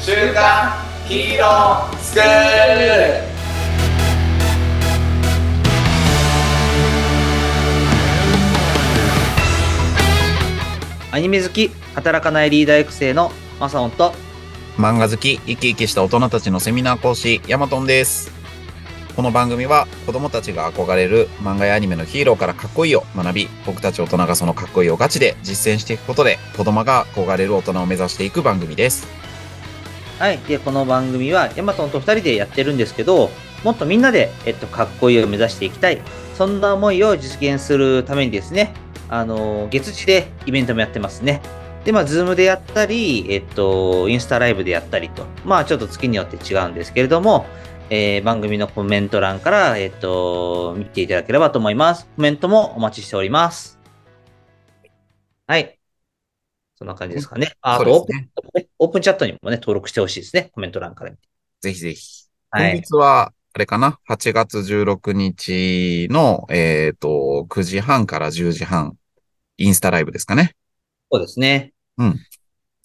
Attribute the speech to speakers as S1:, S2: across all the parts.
S1: 週刊ヒーロースクール
S2: アニメ好き、働かないリーダー育成のマサオンと、
S3: 漫画好き、生き生きした大人たちのセミナー講師、ヤマトンです。この番組は子供たちが憧れる漫画やアニメのヒーローからかっこいいを学び、僕たち大人がそのかっこいいをガチで実践していくことで、子供が憧れる大人を目指していく番組です。
S2: はい。で、この番組はヤマトンと二人でやってるんですけど、もっとみんなで、えっと、かっこいいを目指していきたい。そんな思いを実現するためにですね、あの、月次でイベントもやってますね。で、まあ、ズームでやったり、えっと、インスタライブでやったりと、まあ、ちょっと月によって違うんですけれども、えー番組のコメント欄から、えっと、見ていただければと思います。コメントもお待ちしております。はい。そんな感じですかね。ああと、オ
S3: そ
S2: ー
S3: う
S2: プ
S3: で
S2: ン
S3: すね。
S2: オープンチャットにもね、登録してほしいですね。コメント欄から見て。
S3: ぜひぜひ。
S2: は
S3: 今
S2: い。
S3: 月は、あれかな ?8 月16日の、えっ、と、9時半から10時半、インスタライブですかね。
S2: そうですね。
S3: うん。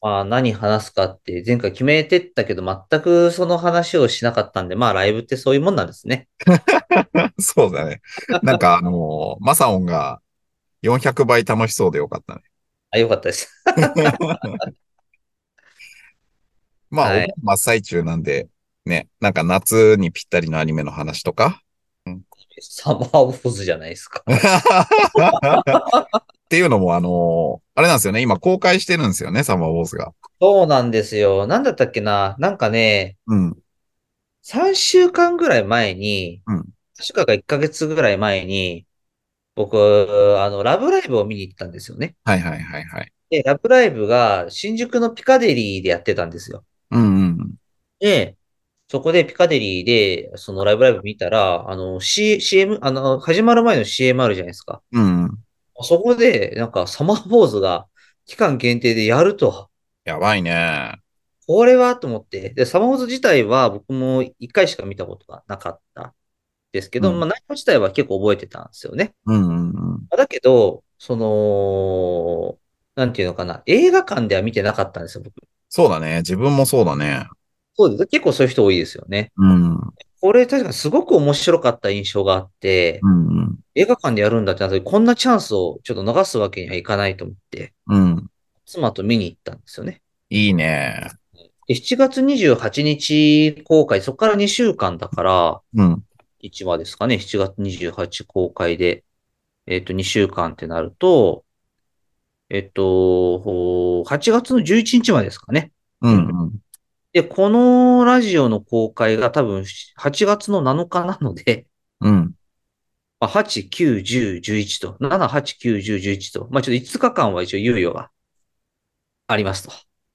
S2: まあ、何話すかって、前回決めてったけど、全くその話をしなかったんで、まあ、ライブってそういうもんなんですね。
S3: そうだね。なんかあのーマサオンが400倍楽しそうでよかったね。
S2: あ、よかったです。
S3: まあ、
S2: はい
S3: お盆真っ最中なんで、ね、なんか夏にぴったりのアニメの話と か。
S2: サマーオブズじゃないですか。
S3: っていうのも、あのーあれなんですよね。今公開してるんですよね、サマーウォーズが。
S2: そうなんですよ。なんだったっけな。なんかね、
S3: うん。
S2: 3週間ぐらい前に、
S3: うん
S2: 確かか1ヶ月ぐらい前に、僕、あの、ラブライブを見に行ったんですよね。
S3: はいはいはいはい。
S2: で、ラブライブが新宿のピカデリーでやってたんですよ。
S3: うんうん。
S2: で、そこでピカデリーで、そのライブライブ見たら、あの、C、CM、あの、始まる前の CM あるじゃないですか。
S3: うんうん。
S2: そこで、なんか、サマーポーズが期間限定でやると、
S3: やばいね。
S2: これはと思って。で、サマーポーズ自体は僕も一回しか見たことがなかったですけど、
S3: うん
S2: まあ内容自体は結構覚えてたんですよね。
S3: うんうんうん。
S2: まあだけど、その、なんていうのかな、映画館では見てなかったんですよ、僕。
S3: そうだね。自分もそうだね。
S2: そうです。結構そういう人多いですよね。
S3: うん。うん
S2: これ確かにすごく面白かった印象があって、
S3: うん。
S2: 映画館でやるんだってなった時、こんなチャンスをちょっと逃すわけにはいかないと思って、
S3: うん。
S2: 妻と見に行ったんですよね。
S3: いいね。
S2: で7月28日公開、そこから2週間だから、
S3: うん。
S2: 1話ですかね、7月28公開で、えっ、と、2週間ってなると、えっ、と、ほう8月の11日までですかね。
S3: うんうん。
S2: で、このラジオの公開が多分8月の7日なので、
S3: うん。
S2: まあ8、9、10、11と、7、8、9、10、11と、まあちょっと5日間は一応猶予がありますと。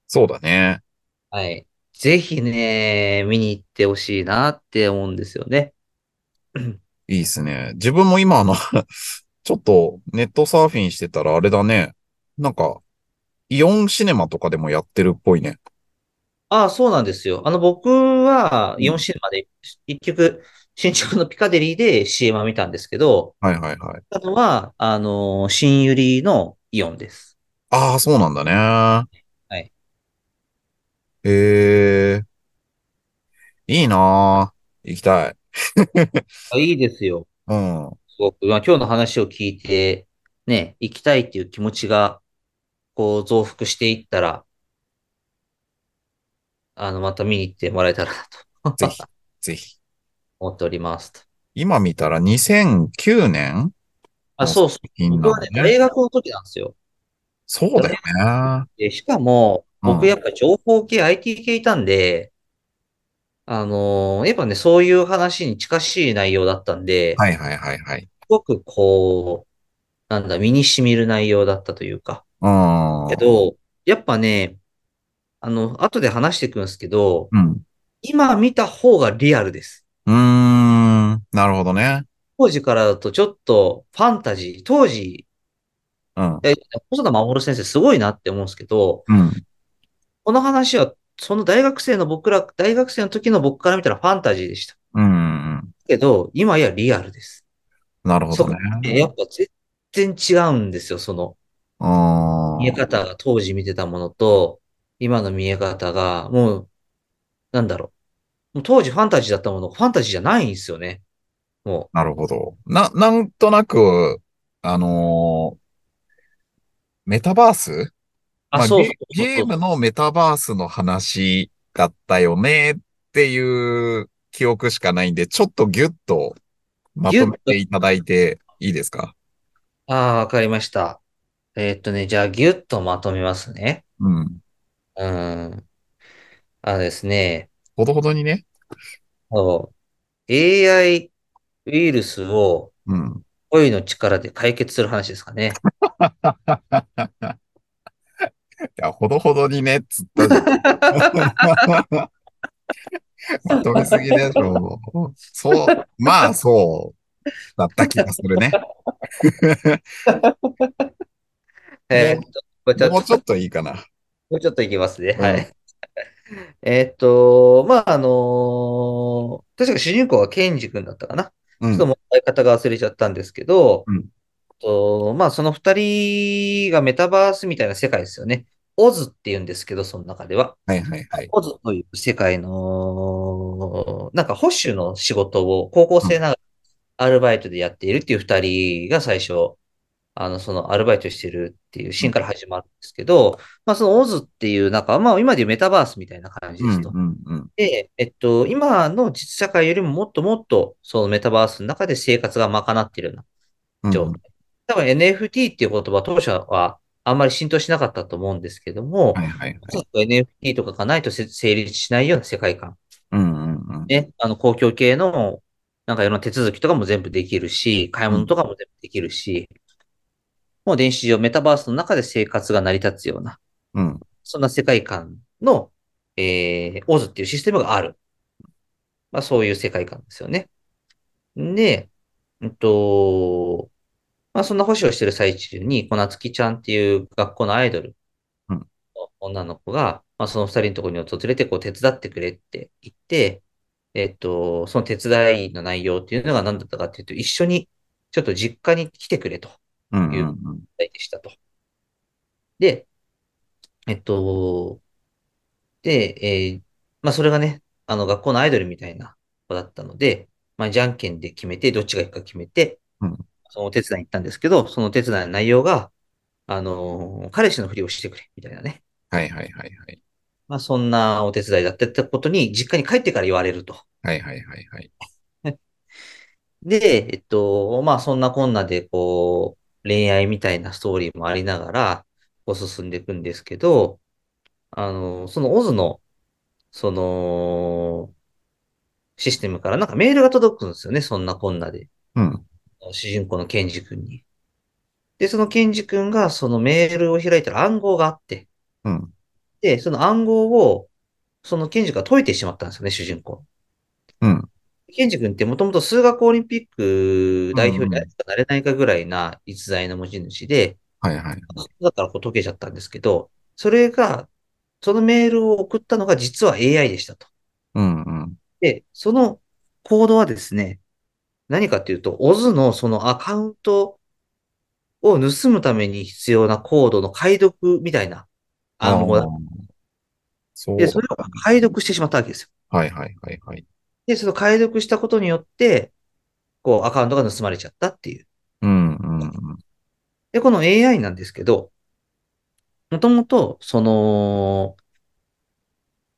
S3: そうだね。
S2: はい。ぜひね、見に行ってほしいなって思うんですよね。
S3: いいっすね。自分も今あの、 ちょっとネットサーフィンしてたらあれだね。なんか、イオンシネマとかでもやってるっぽいね。
S2: ああ、そうなんですよ。あの、僕は4シネマで、一曲、新宿のピカデリーで CM を見たんですけど、
S3: はいはいはい。
S2: あとは、あの、新百合のイオンです。。
S3: ああ、そうなんだね。はいええいいなー行きたい。
S2: あいいですよ。
S3: うん。
S2: すごく、まあ、今日の話を聞いて、ね、行きたいっていう気持ちが、こう、増幅していったら、あの、また見に行ってもらえたらなと
S3: ぜひ、ぜひ。
S2: 思っておりますと。
S3: 今見たら2009年
S2: あ、そうそう。
S3: 品な
S2: 僕はね、
S3: のね。
S2: 大学の時なんですよ。
S3: そうだよね。
S2: で、しかも、
S3: うん
S2: 僕やっぱ情報系、IT 系いたんで、あのーやっぱね、そういう話に近しい内容だったんで、
S3: はいはいはいはい。
S2: すごくこう、なんだ、身に染みる内容だったというか、
S3: うん。
S2: けど、やっぱね、あの、後で話していくんですけど、
S3: うん。
S2: 今見た方がリアルです。
S3: うーん。なるほどね。
S2: 当時からだとちょっとファンタジー、当時、
S3: うん。
S2: え細田守先生すごいなって思うんですけど、
S3: うん。
S2: この話は、その大学生の僕ら、大学生の時の僕から見たらファンタジーでした。
S3: うんうん。
S2: けど、今やリアルです。
S3: なるほどね。
S2: ねやっぱ全然違うんですよ、その
S3: うん
S2: 見え方が当時見てたものと、今の見え方が、もうなんだろう。もう当時ファンタジーだったものがファンタジーじゃないんですよね。も
S3: なるほど。な、なんとなく、あのーメタバース
S2: う。あ、
S3: まあ
S2: そう
S3: ゲ
S2: そう
S3: ゲームのメタバースの話だったよねっていう記憶しかないんで、ちょっとギュッとまとめていただいていいですか
S2: ああ、わかりました。えーっとね、じゃあ、ぎゅっとまとめますね。
S3: うん。
S2: うん。あのですね、
S3: ほどほどにね。
S2: そう AI ウイルスを
S3: うん。
S2: 声の力で解決する話ですかね。
S3: いや、ほどほどにね、つったじゃん。 まとめすぎでしょ。そう、まあそう、だった気がす るね。
S2: えーっと、これちょっ
S3: も
S2: と
S3: うちょっといいかな。
S2: もうちょっといきますね。
S3: うん
S2: はい。えーっと、まあ、あのー確か主人公はケンジ君だったかな。
S3: う
S2: ちょ
S3: ん
S2: っと。もう相方が忘れちゃったんですけど、
S3: うん
S2: とまあ、その二人がメタバースみたいな世界ですよね。オズって言うんですけど、その中では。
S3: はいはいはい。
S2: オズという世界の、なんか保守の仕事を高校生ながらアルバイトでやっているっていう二人が最初、あの、そのアルバイトしてるっていうシーンから始まるんですけど、まあそのオズっていうなんか、まあ今でいうメタバースみたいな感じ
S3: う
S2: で
S3: ん
S2: すと。
S3: うんうん。
S2: で、えっと、今の実社会よりももっともっとそのメタバースの中で生活が賄っているような
S3: うん
S2: 状態。多分 NFT っていう言葉当初はあんまり浸透しなかったと思うんですけども、
S3: はいはいはい。
S2: NFT とかがないとせ成立しないような世界観。
S3: うんうんうん。
S2: ね。あの、公共系の、なんかいろんな手続きとかも全部できるし、買い物とかも全部できるし、もう電子上メタバースの中で生活が成り立つような、
S3: うん。
S2: そんな世界観の、えー、オズっていうシステムがある。まあそういう世界観ですよね。で、うんと、まあそんな保守をしてる最中に、こなつきちゃんっていう学校のアイドル
S3: うん
S2: の女の子が、まあその二人のところに訪れて、こう手伝ってくれって言って、えっと、その手伝いの内容っていうのが何だったかっていうと、一緒にちょっと実家に来てくれと。
S3: うん
S2: いううん
S3: うん。
S2: 状態でしたと。で、えっと、で、えーまあそれがね、あの学校のアイドルみたいな子だったので、まあじゃんけんで決めて、どっちが行くか決めて
S3: うん、
S2: そのお手伝いに行ったんですけど、そのお手伝いの内容が、あのー彼氏のふりをしてくれ、みたいなね。
S3: はいはいはいはい。
S2: まあそんなお手伝いだったってことに、実家に帰ってから言われると。
S3: はいはいはいはい。
S2: で、えっと、まあそんなこんなで、こう、恋愛みたいなストーリーもありながら、こう進んでいくんですけど、あの、そのオズの、その、システムからなんかメールが届くんですよね、そんなこんなで。
S3: うん。
S2: 主人公のケンジ君に。で、そのケンジ君がそのメールを開いたら暗号があって、
S3: うん。
S2: で、その暗号を、そのケンジ君が解いてしまったんですよね、主人公。
S3: うん。
S2: ケンジ君ってもともと数学オリンピック代表
S3: うん
S2: になれるかなれないかぐらいな逸材の持ち主で、
S3: はいはい。
S2: だからこう解けちゃったんですけど、それが、そのメールを送ったのが実は AI でしたと。
S3: うんうん。
S2: で、その行動はですね、何かっていうと、オズのそのアカウントを盗むために必要なコードの解読みたいな暗号だ
S3: あー。そう。
S2: で、それを解読してしまったわけですよ。
S3: はいはいはいはい。
S2: で、その解読したことによって、こうアカウントが盗まれちゃったっていう。
S3: うんうんうん。
S2: で、この AI なんですけど、もともと、その、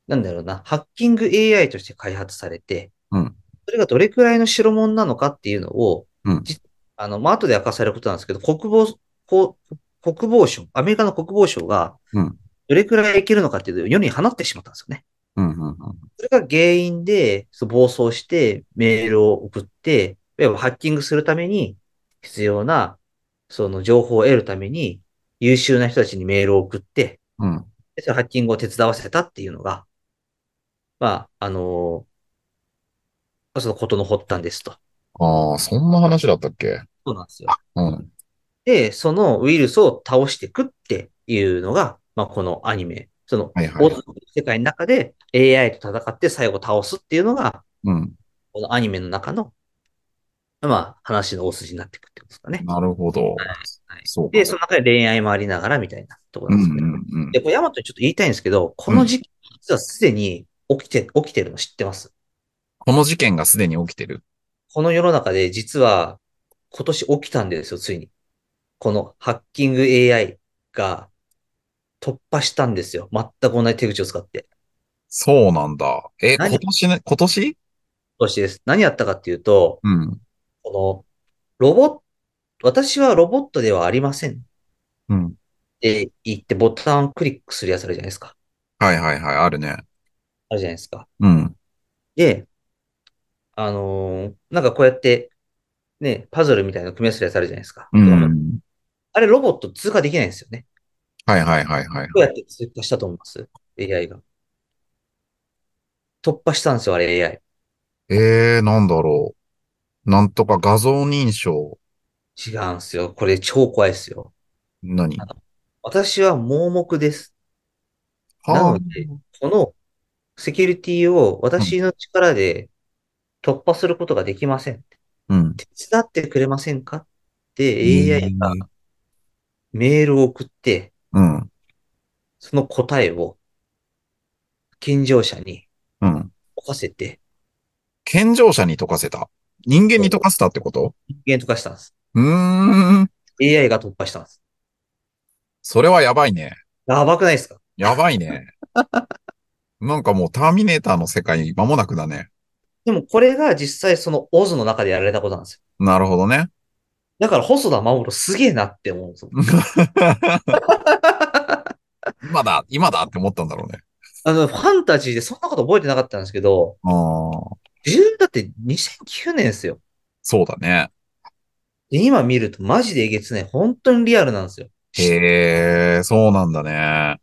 S2: なんだろうな、ハッキング AI として開発されて、
S3: うん
S2: それがどれくらいの代物なのかっていうのを、
S3: うん
S2: じあの、まあ、後で明かされることなんですけど、国防、こう国防省、アメリカの国防省が
S3: うん、
S2: どれくらいいけるのかっていうのを世に放ってしまったんですよね。
S3: うんうんうん。
S2: それが原因で、そう暴走してメールを送って、いわばハッキングするために必要な、その情報を得るために優秀な人たちにメールを送って、
S3: うん。
S2: でそのハッキングを手伝わせたっていうのが、まあ、あのーそのことの発端ですと。
S3: ああ、そんな話だったっけ
S2: そうなんですよ。
S3: うん。
S2: で、そのウイルスを倒していくっていうのが、まあ、このアニメ。その、
S3: はいはい
S2: オズの世界の中で AI と戦って最後倒すっていうのが、
S3: うん。
S2: このアニメの中の、まあ、話の大筋になっていくってことですかね。
S3: なるほど
S2: いはい。
S3: そうか
S2: で、その中で恋愛もありながらみたいなとこ
S3: う
S2: ろ
S3: ん
S2: で
S3: う
S2: すね。
S3: んうん。
S2: で、これ、ヤマトにちょっと言いたいんですけど、この時期、実はすでに、起きて、起きてるの知ってます
S3: この事件がすでに起きてる。
S2: この世の中で実は今年起きたんですよ、ついに。このハッキング AI が突破したんですよ。全く同じ手口を使って。
S3: そうなんだ。え、
S2: 何
S3: 今年ね、今年
S2: 今年です。何やったかっていうと、
S3: うん。
S2: このロボット、私はロボットではありませんっ
S3: うん。
S2: て言ってボタンをクリックするやつあるじゃないですか。
S3: はいはいはい、あるね。
S2: あるじゃないですか。
S3: うん。
S2: で、あのーなんかこうやって、ね、パズルみたいなの組み合わせるやつあるじゃないですか。
S3: うん。
S2: あれロボット通過できないんですよね。
S3: はいはいはいはい。
S2: どうやって通過したと思います ?AI が。突破したんですよ、あれ AI。
S3: えー、なんだろう。なんとか画像認証。
S2: 違うんですよ。これ超怖いですよ。
S3: 何
S2: あ私は盲目です。な
S3: は
S2: ので、このセキュリティを私の力で突破することができません。
S3: あ、うん。
S2: 手伝ってくれませんかって
S3: う
S2: AI
S3: ん
S2: がメールを送って、
S3: うん。
S2: その答えを健常者に
S3: うん。
S2: 任せて
S3: 健常者に解かせた。人間に解かせたってこと
S2: 人間と化したんです。
S3: うーん。
S2: AI が突破したんです。
S3: それはやばいね。
S2: やばくないですか
S3: やばいね。なんかもうターミネーターの世界間もなくだね。
S2: でもこれが実際そのオズの中でやられたことなんですよ。
S3: なるほどね。
S2: だから細田守すげえなって思うんですよ。
S3: 今だ、今だって思ったんだろうね。
S2: あの、ファンタジーでそんなこと覚えてなかったんですけど、
S3: ああ、
S2: 10だって2009年ですよ。
S3: そうだね。
S2: で、今見るとマジでえげつない。本当にリアルなんですよ。
S3: へえ、そうなんだね。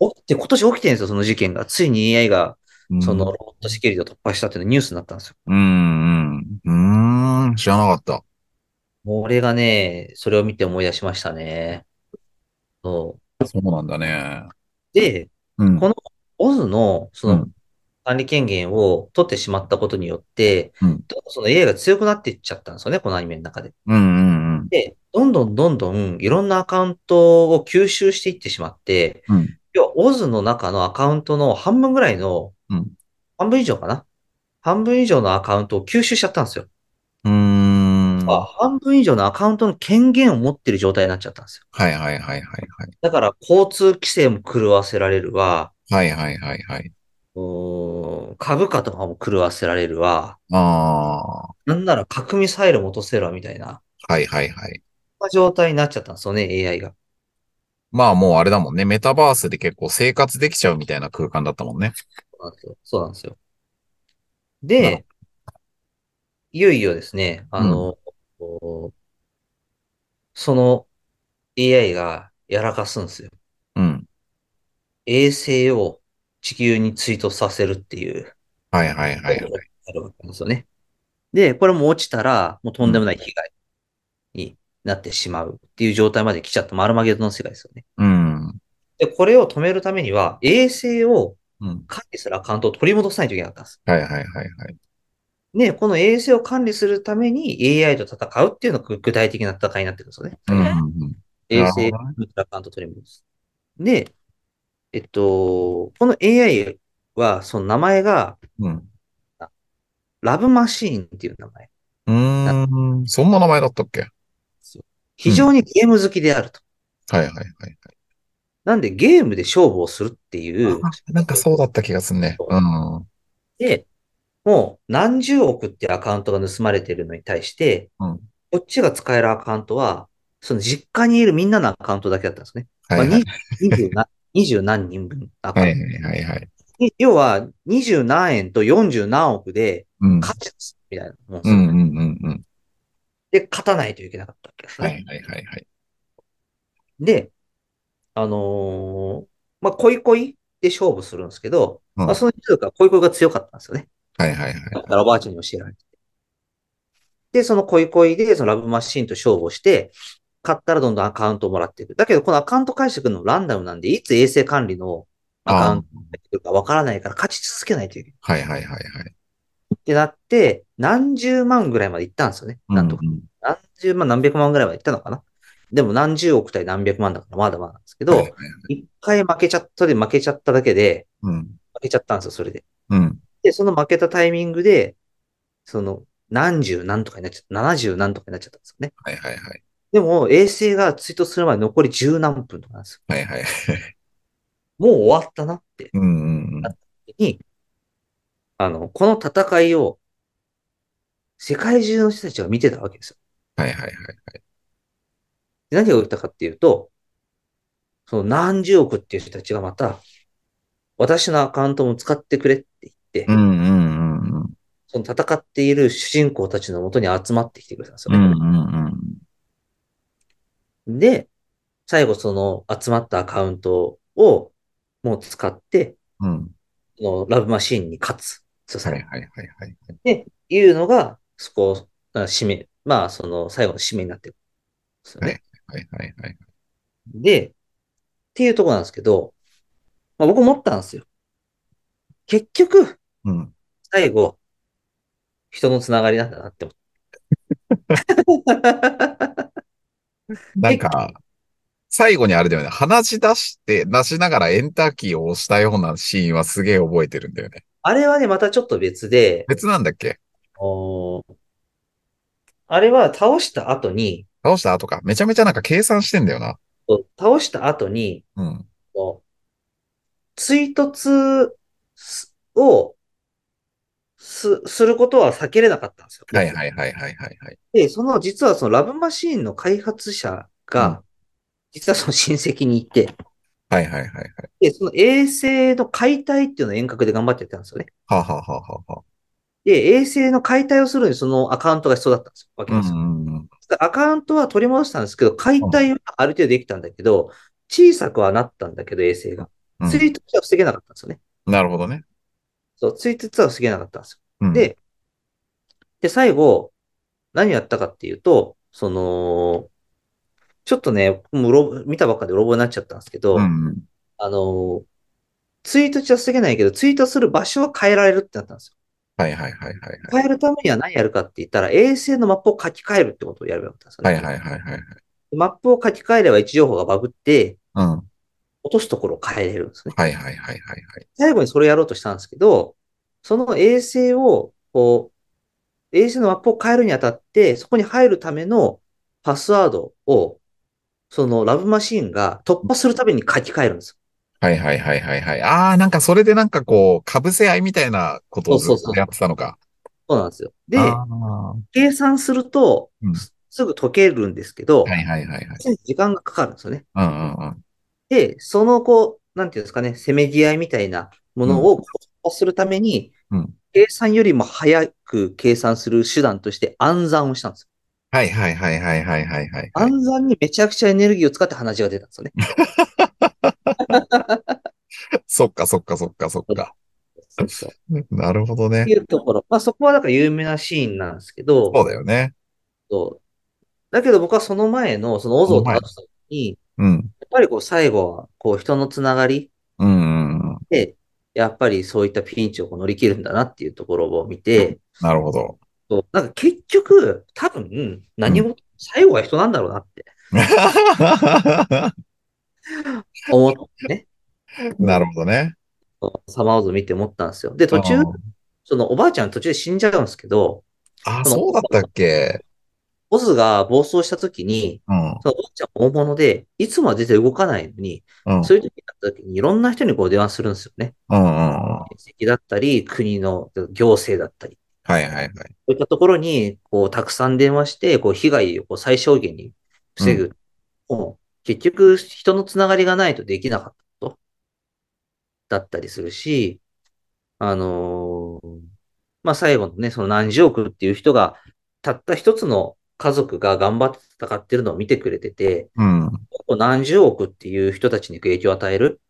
S2: 起きて、今年起きてるんですよ、その事件が。ついに AI が、
S3: うん
S2: その、ロボットセキュリティを突破したっていうのニュースになったんですよ。
S3: うん、うん。うーん、知らなかった。
S2: もう俺がね、それを見て思い出しましたね。そう。
S3: そうなんだね。
S2: で、
S3: うん。
S2: このオズの、そうの
S3: ん、
S2: 管理権限を取ってしまったことによって、
S3: うん
S2: どんどんその AI が強くなっていっちゃったんですよね、このアニメの中で。
S3: うん、うん、うん。
S2: で、どんどんどんどんいろんなアカウントを吸収していってしまって、
S3: うん
S2: 要はオズの中のアカウントの半分ぐらいの、
S3: うん
S2: 半分以上かな半分以上のアカウントを吸収しちゃったんですよ。
S3: うーん。
S2: あ
S3: は
S2: 半分以上のアカウントの権限を持ってる状態になっちゃったんですよ。
S3: いはいはいはいはい。
S2: だから交通規制も狂わせられるわ、
S3: はいはいはいはい。
S2: うーん株価とかも狂わせられるわ、
S3: ああ、は
S2: なんなら核ミサイルも落とせるわみたいな、
S3: いはいはい。
S2: そんな状態になっちゃったんですよね、AI が。
S3: まあもうあれだもんね。メタバースで結構生活できちゃうみたいな空間だったもんね。
S2: そうなんですよ。そうなんですよ。
S3: なる
S2: で、いよいよですね、あの、こうその AI がやらかすんですよ。
S3: うん。
S2: 衛星を地球に追突させるっていう、
S3: はいはいはいはい。
S2: あるわけなんですよね。で、これも落ちたら、もうとんでもない被害になってしまうっていう状態まで来ちゃった、マルマゲドンの世界ですよね。
S3: うん。
S2: で、これを止めるためには、衛星を
S3: うん。
S2: 管理するアカウントを取り戻さないといけなかったんです。
S3: はいはいはいはい。
S2: ね、この衛星を管理するために AI と戦うっていうのが具体的な戦いになってるんですよね。
S3: うんうんうん。
S2: 衛
S3: な
S2: 星
S3: るほどね
S2: アカウント取り戻す。で、えっと、この AI は、その名前が、
S3: うん。
S2: ラブマシーンっていう名前。
S3: うーん。そんな名前だったっけはい
S2: 非常にゲーム好きであると。
S3: はいはいはい。
S2: なんで、ゲームで勝負をするっていう。
S3: あなんかそうだった気がすんね。うん。
S2: で、もう何十億っていうアカウントが盗まれてるのに対して、
S3: うん
S2: こっちが使えるアカウントは、その実家にいるみんなのアカウントだけだったんですね。
S3: はいはい
S2: まあ、二十な二十何 人分アカウ
S3: は
S2: ン
S3: い
S2: ト。
S3: はいはいはい。
S2: に要は、二十何円と四十何億で
S3: うん。
S2: 勝ちですみたいなもんです
S3: う
S2: よ
S3: んうんうんうん。
S2: で、勝たないといけなかったわけですね。
S3: はいはいはいはい。
S2: で、あのーまあ、恋恋で勝負するんですけど、
S3: うん
S2: まあ、その人が恋恋が強かったんですよね。
S3: はいはいはい。
S2: だからおばあちゃんに教えられて。で、その恋恋で、そのラブマシーンと勝負をして、買ったらどんどんアカウントをもらっていく。だけど、このアカウント解釈のランダムなんで、いつ衛生管理のアカウントが入ってくるかわからないから、勝ち続けないといけない。
S3: はいはいはいはい。
S2: ってなって、何十万ぐらいまで行ったんですよね。なんとか。
S3: ううん
S2: 何十万、何百万ぐらいまで行ったのかな。でも何十億対何百万だからまだまだなんですけ
S3: はいは
S2: ど
S3: い、はい
S2: 一回負けちゃったで負けちゃっただけで、
S3: うん。
S2: 負けちゃったんですよ、それで。
S3: うん。
S2: で、その負けたタイミングで、その、何十何とかになっちゃった、七十何とかになっちゃったんですよね。
S3: はいはいはい。
S2: でも、衛星が追突するまで残り十何分とかなんですよ。
S3: はいはい。
S2: もう終わったなって
S3: うんうんうん。
S2: 時に、あの、この戦いを、世界中の人たちが見てたわけですよ。
S3: はいはいはい。
S2: で何が起きたかっていうと、その何十億っていう人たちがまた、私のアカウントも使ってくれって言って、
S3: うんうんうんうん。
S2: その戦っている主人公たちのもとに集まってきてくれたんです
S3: う
S2: よ
S3: ん
S2: ね。
S3: うんうん。
S2: で、最後その集まったアカウントをもう使って、
S3: うん。
S2: そのラブマシーンに勝つ。そう
S3: はい
S2: さ
S3: はい
S2: れ
S3: はいはい。
S2: いうのが、そこ、あ締め、まあその最後の締めになってるんですよね。
S3: はいはいはい。
S2: で、っていうところなんですけど、まあ僕思ったんですよ。結局、
S3: うん。
S2: 最後、人のつながりなんだなって思った。
S3: なんか、最後にあれだよね。話し出して、出しながらエンターキーを押したようなシーンはすげえ覚えてるんだよね。
S2: あれはね、またちょっと別で、
S3: 別なんだっけ
S2: おーあれは倒した後に、
S3: 倒した後か。めちゃめちゃなんか計算してんだよな。
S2: 倒した後に、
S3: うん。
S2: こう追突すをす、することは避けれなかったんですよ。
S3: はいはいはいはいはいはい。
S2: で、その、実はそのラブマシーンの開発者
S3: うん
S2: が、実はその親戚にいて、
S3: はいはいはいはい。
S2: で、その衛星の解体っていうのを遠隔で頑張ってやってたんですよね。
S3: はあ、はあはあはあはあ、
S2: で、衛星の解体をするのにそのアカウントが必要だったんですよ。わけ
S3: う
S2: ですよ。
S3: んうんうん。
S2: アカウントは取り戻したんですけど、解体はある程度できたんだけど、小さくはなったんだけど、衛星が。
S3: うん
S2: 追突は防げなかったんですよね。
S3: なるほどね。
S2: そう、追突は防げなかったんですよ。
S3: うん、
S2: でで、最後、何やったかっていうと、その、ちょっとね、もううろ見たばっかでうろ覚えになっちゃったんですけど、
S3: うん。
S2: あの、ツイートしは防げないけど、ツイートする場所は変えられるってなったんですよ。
S3: はいはいはいはい
S2: 変えるためには何やるかって言ったら、衛星のマップを書き換えるってことをやればよかったんですよ
S3: は
S2: ね。
S3: い。はいはいはいはいはい。
S2: マップを書き換えれば位置情報がバグって、
S3: うん。はい
S2: 落とすところを変えれるんですね。
S3: はいはいはいはい。
S2: 最後にそれやろうとしたんですけど、その衛星を、こう、衛星のマップを変えるにあたって、そこに入るためのパスワードを、そのラブマシーンが突破するために書き換えるんですよ。
S3: はいはいはいはいはい。ああ、なんかそれでなんかこう、被せ合いみたいなことをず
S2: そう
S3: っ
S2: そうそう
S3: とやってたのか。
S2: そうなんですよ。で、
S3: あー
S2: 計算すると
S3: うん、
S2: すすぐ解けるんですけど、
S3: はいはいはいはい。
S2: 時間がかかるんですよね。
S3: うんうんうん。
S2: で、その、こう、なんていうんですかね、せめぎ合いみたいなものを突破するために、
S3: うん
S2: 計算よりも早く計算する手段として暗算をしたんですよ。
S3: はいはいはいはいはいはいはい。
S2: 暗算にめちゃくちゃエネルギーを使って話が出たんですよね。
S3: そっかそっかそっかそっか。
S2: そうそう。
S3: なるほどね
S2: ってい。うところ。まあそこはだから有名なシーンなんですけど、
S3: そうだよね。
S2: そうだけど僕はその前のそのオズを倒すときに、
S3: うん。
S2: やっぱりこう最後はこう人のつながり
S3: うんうんうん。
S2: で、やっぱりそういったピンチをこう乗り切るんだなっていうところを見て、
S3: なるほ ど。
S2: そうなんか結局多分何事も最後は人なんだろうなって思ってね、
S3: なるほどね。
S2: そうサマーオズ見て思ったんですよ。で、途中
S3: あー、
S2: そのおばあちゃん途中で死んじゃうんですけど、
S3: あー、そうだったっけ。
S2: オズが暴走した時に、
S3: うん。
S2: そのおばあちゃんも大物で、いつもは全然動かないのに、
S3: うん。
S2: そういう時になった時にいろんな人にこう電話するんですよね。
S3: うんうんうん。
S2: 親戚だったり、国の行政だったり。
S3: はいはいはい。
S2: そういったところに、こう、たくさん電話して、こう、被害をこう最小限に防ぐ。もう結局、人のつながりがないとできなかったことだったりするし、あのーまあ、最後のね、その何十億っていう人が、たった一つの家族が頑張って戦ってるのを見てくれてて、
S3: うん。
S2: こう何十億っていう人たちに影響を与える。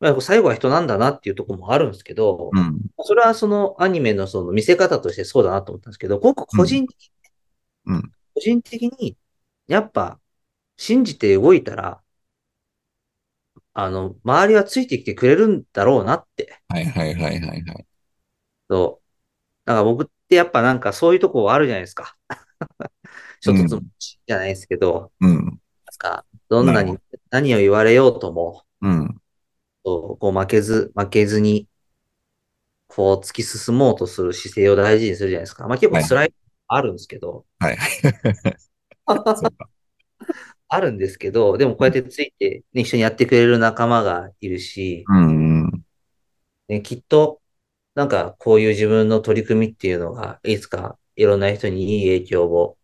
S2: まあ、こう最後は人なんだなっていうところもあるんですけど、
S3: うん。
S2: それはそのアニメのその見せ方としてそうだなと思ったんですけど、僕個人的に
S3: う
S2: ね、
S3: ん
S2: 個人的に、やっぱ、信じて動いたら、あの、周りはついてきてくれるんだろうなって。
S3: はいはいはいはいはい。
S2: そう。だから僕ってやっぱなんかそういうとこあるじゃないですか。 ちょっとつもちじゃないですけど、なん
S3: うん。
S2: すかどんな
S3: な
S2: に、何を言われようとも、
S3: うん。
S2: そうこう負けず、負けずに、こう突き進もうとする姿勢を大事にするじゃないですか。まあ結構
S3: はい
S2: 辛い、あるんですけど、
S3: はい。そうか
S2: あるんですけど、でもこうやってついて、ね、一緒にやってくれる仲間がいるし、
S3: うんうん。
S2: ね、きっと、なんかこういう自分の取り組みっていうのが、いつかいろんな人にいい影響を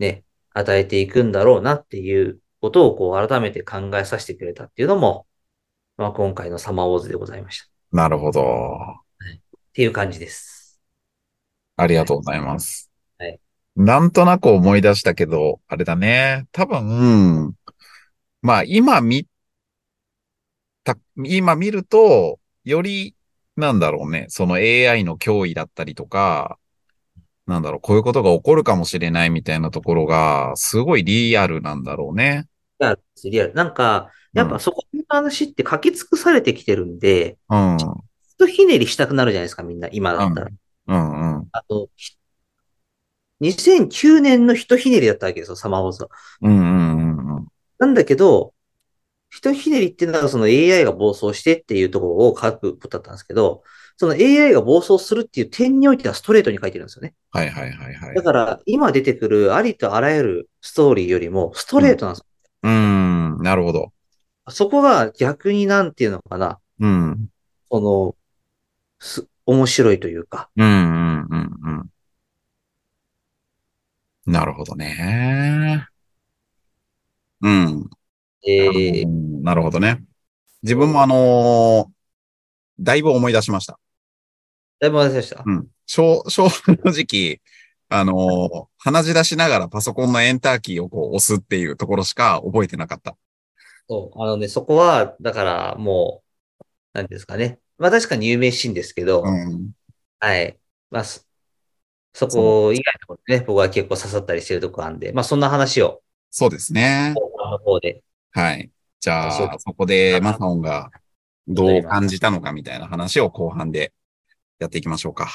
S2: ね、与えていくんだろうなっていうことをこう改めて考えさせてくれたっていうのも、まあ今回のサマーウォーズでございました。っ
S3: なるほど。
S2: ていう感じです。
S3: ありがとうございます。
S2: はい
S3: なんとなく思い出したけど、あれだね。多分、まあ今見た、今見ると、より、なんだろうね、その AI の脅威だったりとか、なんだろう、こういうことが起こるかもしれないみたいなところが、すごいリアルなんだろうね。
S2: リアルですリアル。なんか、やっぱそこの話って書き尽くされてきてるんで、
S3: うん。うん
S2: ひとひねりしたくなるじゃないですか、みんな、今だったら。
S3: うん。
S2: あの、ひ2009年のひとひねりだったわけですよ、サマーウォーズは。
S3: うんうんうんうん。
S2: なんだけど、ひとひねりっていうのはその AI が暴走してっていうところを書くことだったんですけど、その AI が暴走するっていう点においてはストレートに書いてるんですよね。
S3: はいはいはいはい
S2: だ。から今出てくるありとあらゆるストーリーよりもストレートなんですよ。
S3: うん、なるほど。
S2: そこが逆になんていうのかな、
S3: うん。
S2: その、す、面白いというか、
S3: うんうんうんうん。なるほどね。うん。
S2: えー、
S3: うんなるほどね。自分もあのーだいぶ思い出しました。
S2: だいぶ忘れました。
S3: うん。正正直、あのー鼻血出しながらパソコンのエンターキーをこう押すっていうところしか覚えてなかった。
S2: そう、あのね、そこは、だからもう、なんていうんですかね。まあ確かに有名シーンですけど、
S3: うん。
S2: はい。まあ、そそこ以外のところでね、僕は結構刺さったりしてるとこなんで、まあそんな話を、
S3: そうですね。
S2: 後半の方で。
S3: はい。じゃ
S2: そう
S3: あ、そこでマサオンがどう感じたのかみたいな話を後半でやっていきましょうか。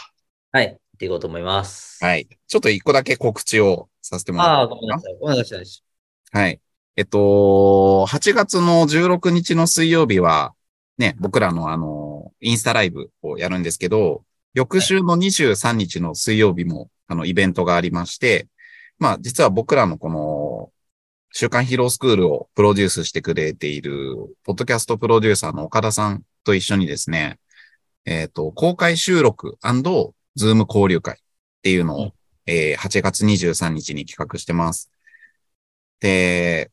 S2: はい。やっていこうと思います。。
S3: はいい。ちょっと一個だけ告知をさせてもら
S2: ああ、
S3: ってい
S2: ご
S3: いです
S2: めんな
S3: か
S2: さい。ごめんなさい。
S3: はい。えっと、8月の16日の水曜日は、ね、僕らのあの、インスタライブをやるんですけど、翌週の23日の水曜日も、あの、イベントがありまして、まあ、実は僕らのこの、週刊ヒーロースクールをプロデュースしてくれている、ポッドキャストプロデューサーの岡田さんと一緒にですね、えっと、公開収録ズーム交流会っていうのを、
S2: うん
S3: えー8月23日に企画してます。で、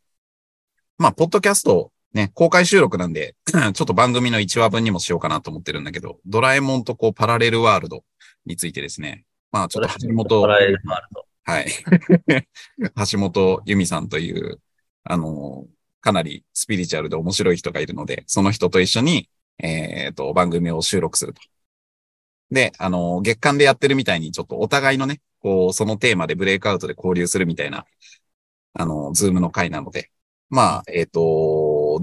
S3: まあ、ポッドキャスト、ね、公開収録なんで、 ちょっと番組の1話分にもしようかなと思ってるんだけど、ドラえもんとこう、パラレルワールドについてですね、まあ、ちょっと橋本、
S2: パラレルワールド。
S3: はい。橋本由美さんという、あの、かなりスピリチュアルで面白い人がいるので、その人と一緒に、えっ、と、番組を収録すると。で、あの、月間でやってるみたいに、ちょっとお互いのね、こう、そのテーマでブレイクアウトで交流するみたいな、あの、ズームの回なので。まあ、えっ、と、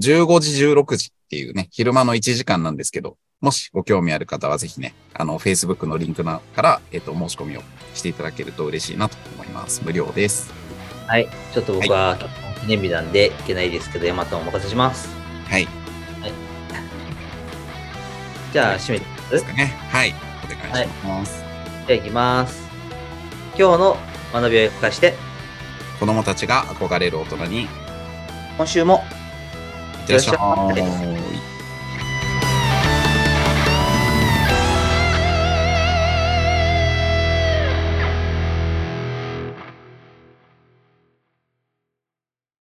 S3: 15時16時っていうね、昼間の1時間なんですけど、もしご興味ある方はぜひね、あの、Facebook のリンクなから、えっ、と、申し込みをしていただけると嬉しいなと思います。無料です。
S2: はい。ちょっと僕は、結婚記念日なんで、いけないですけど、ヤマトンお任せします。
S3: はい。
S2: じゃあ、締めて
S3: ですかね。はい。お願いします。
S2: じゃあ、いきます。今日の学びを活かして、
S3: 子供たちが憧れる大人に、いっ
S2: 今週も、
S3: てらっしゃ
S2: いってらっし
S3: い。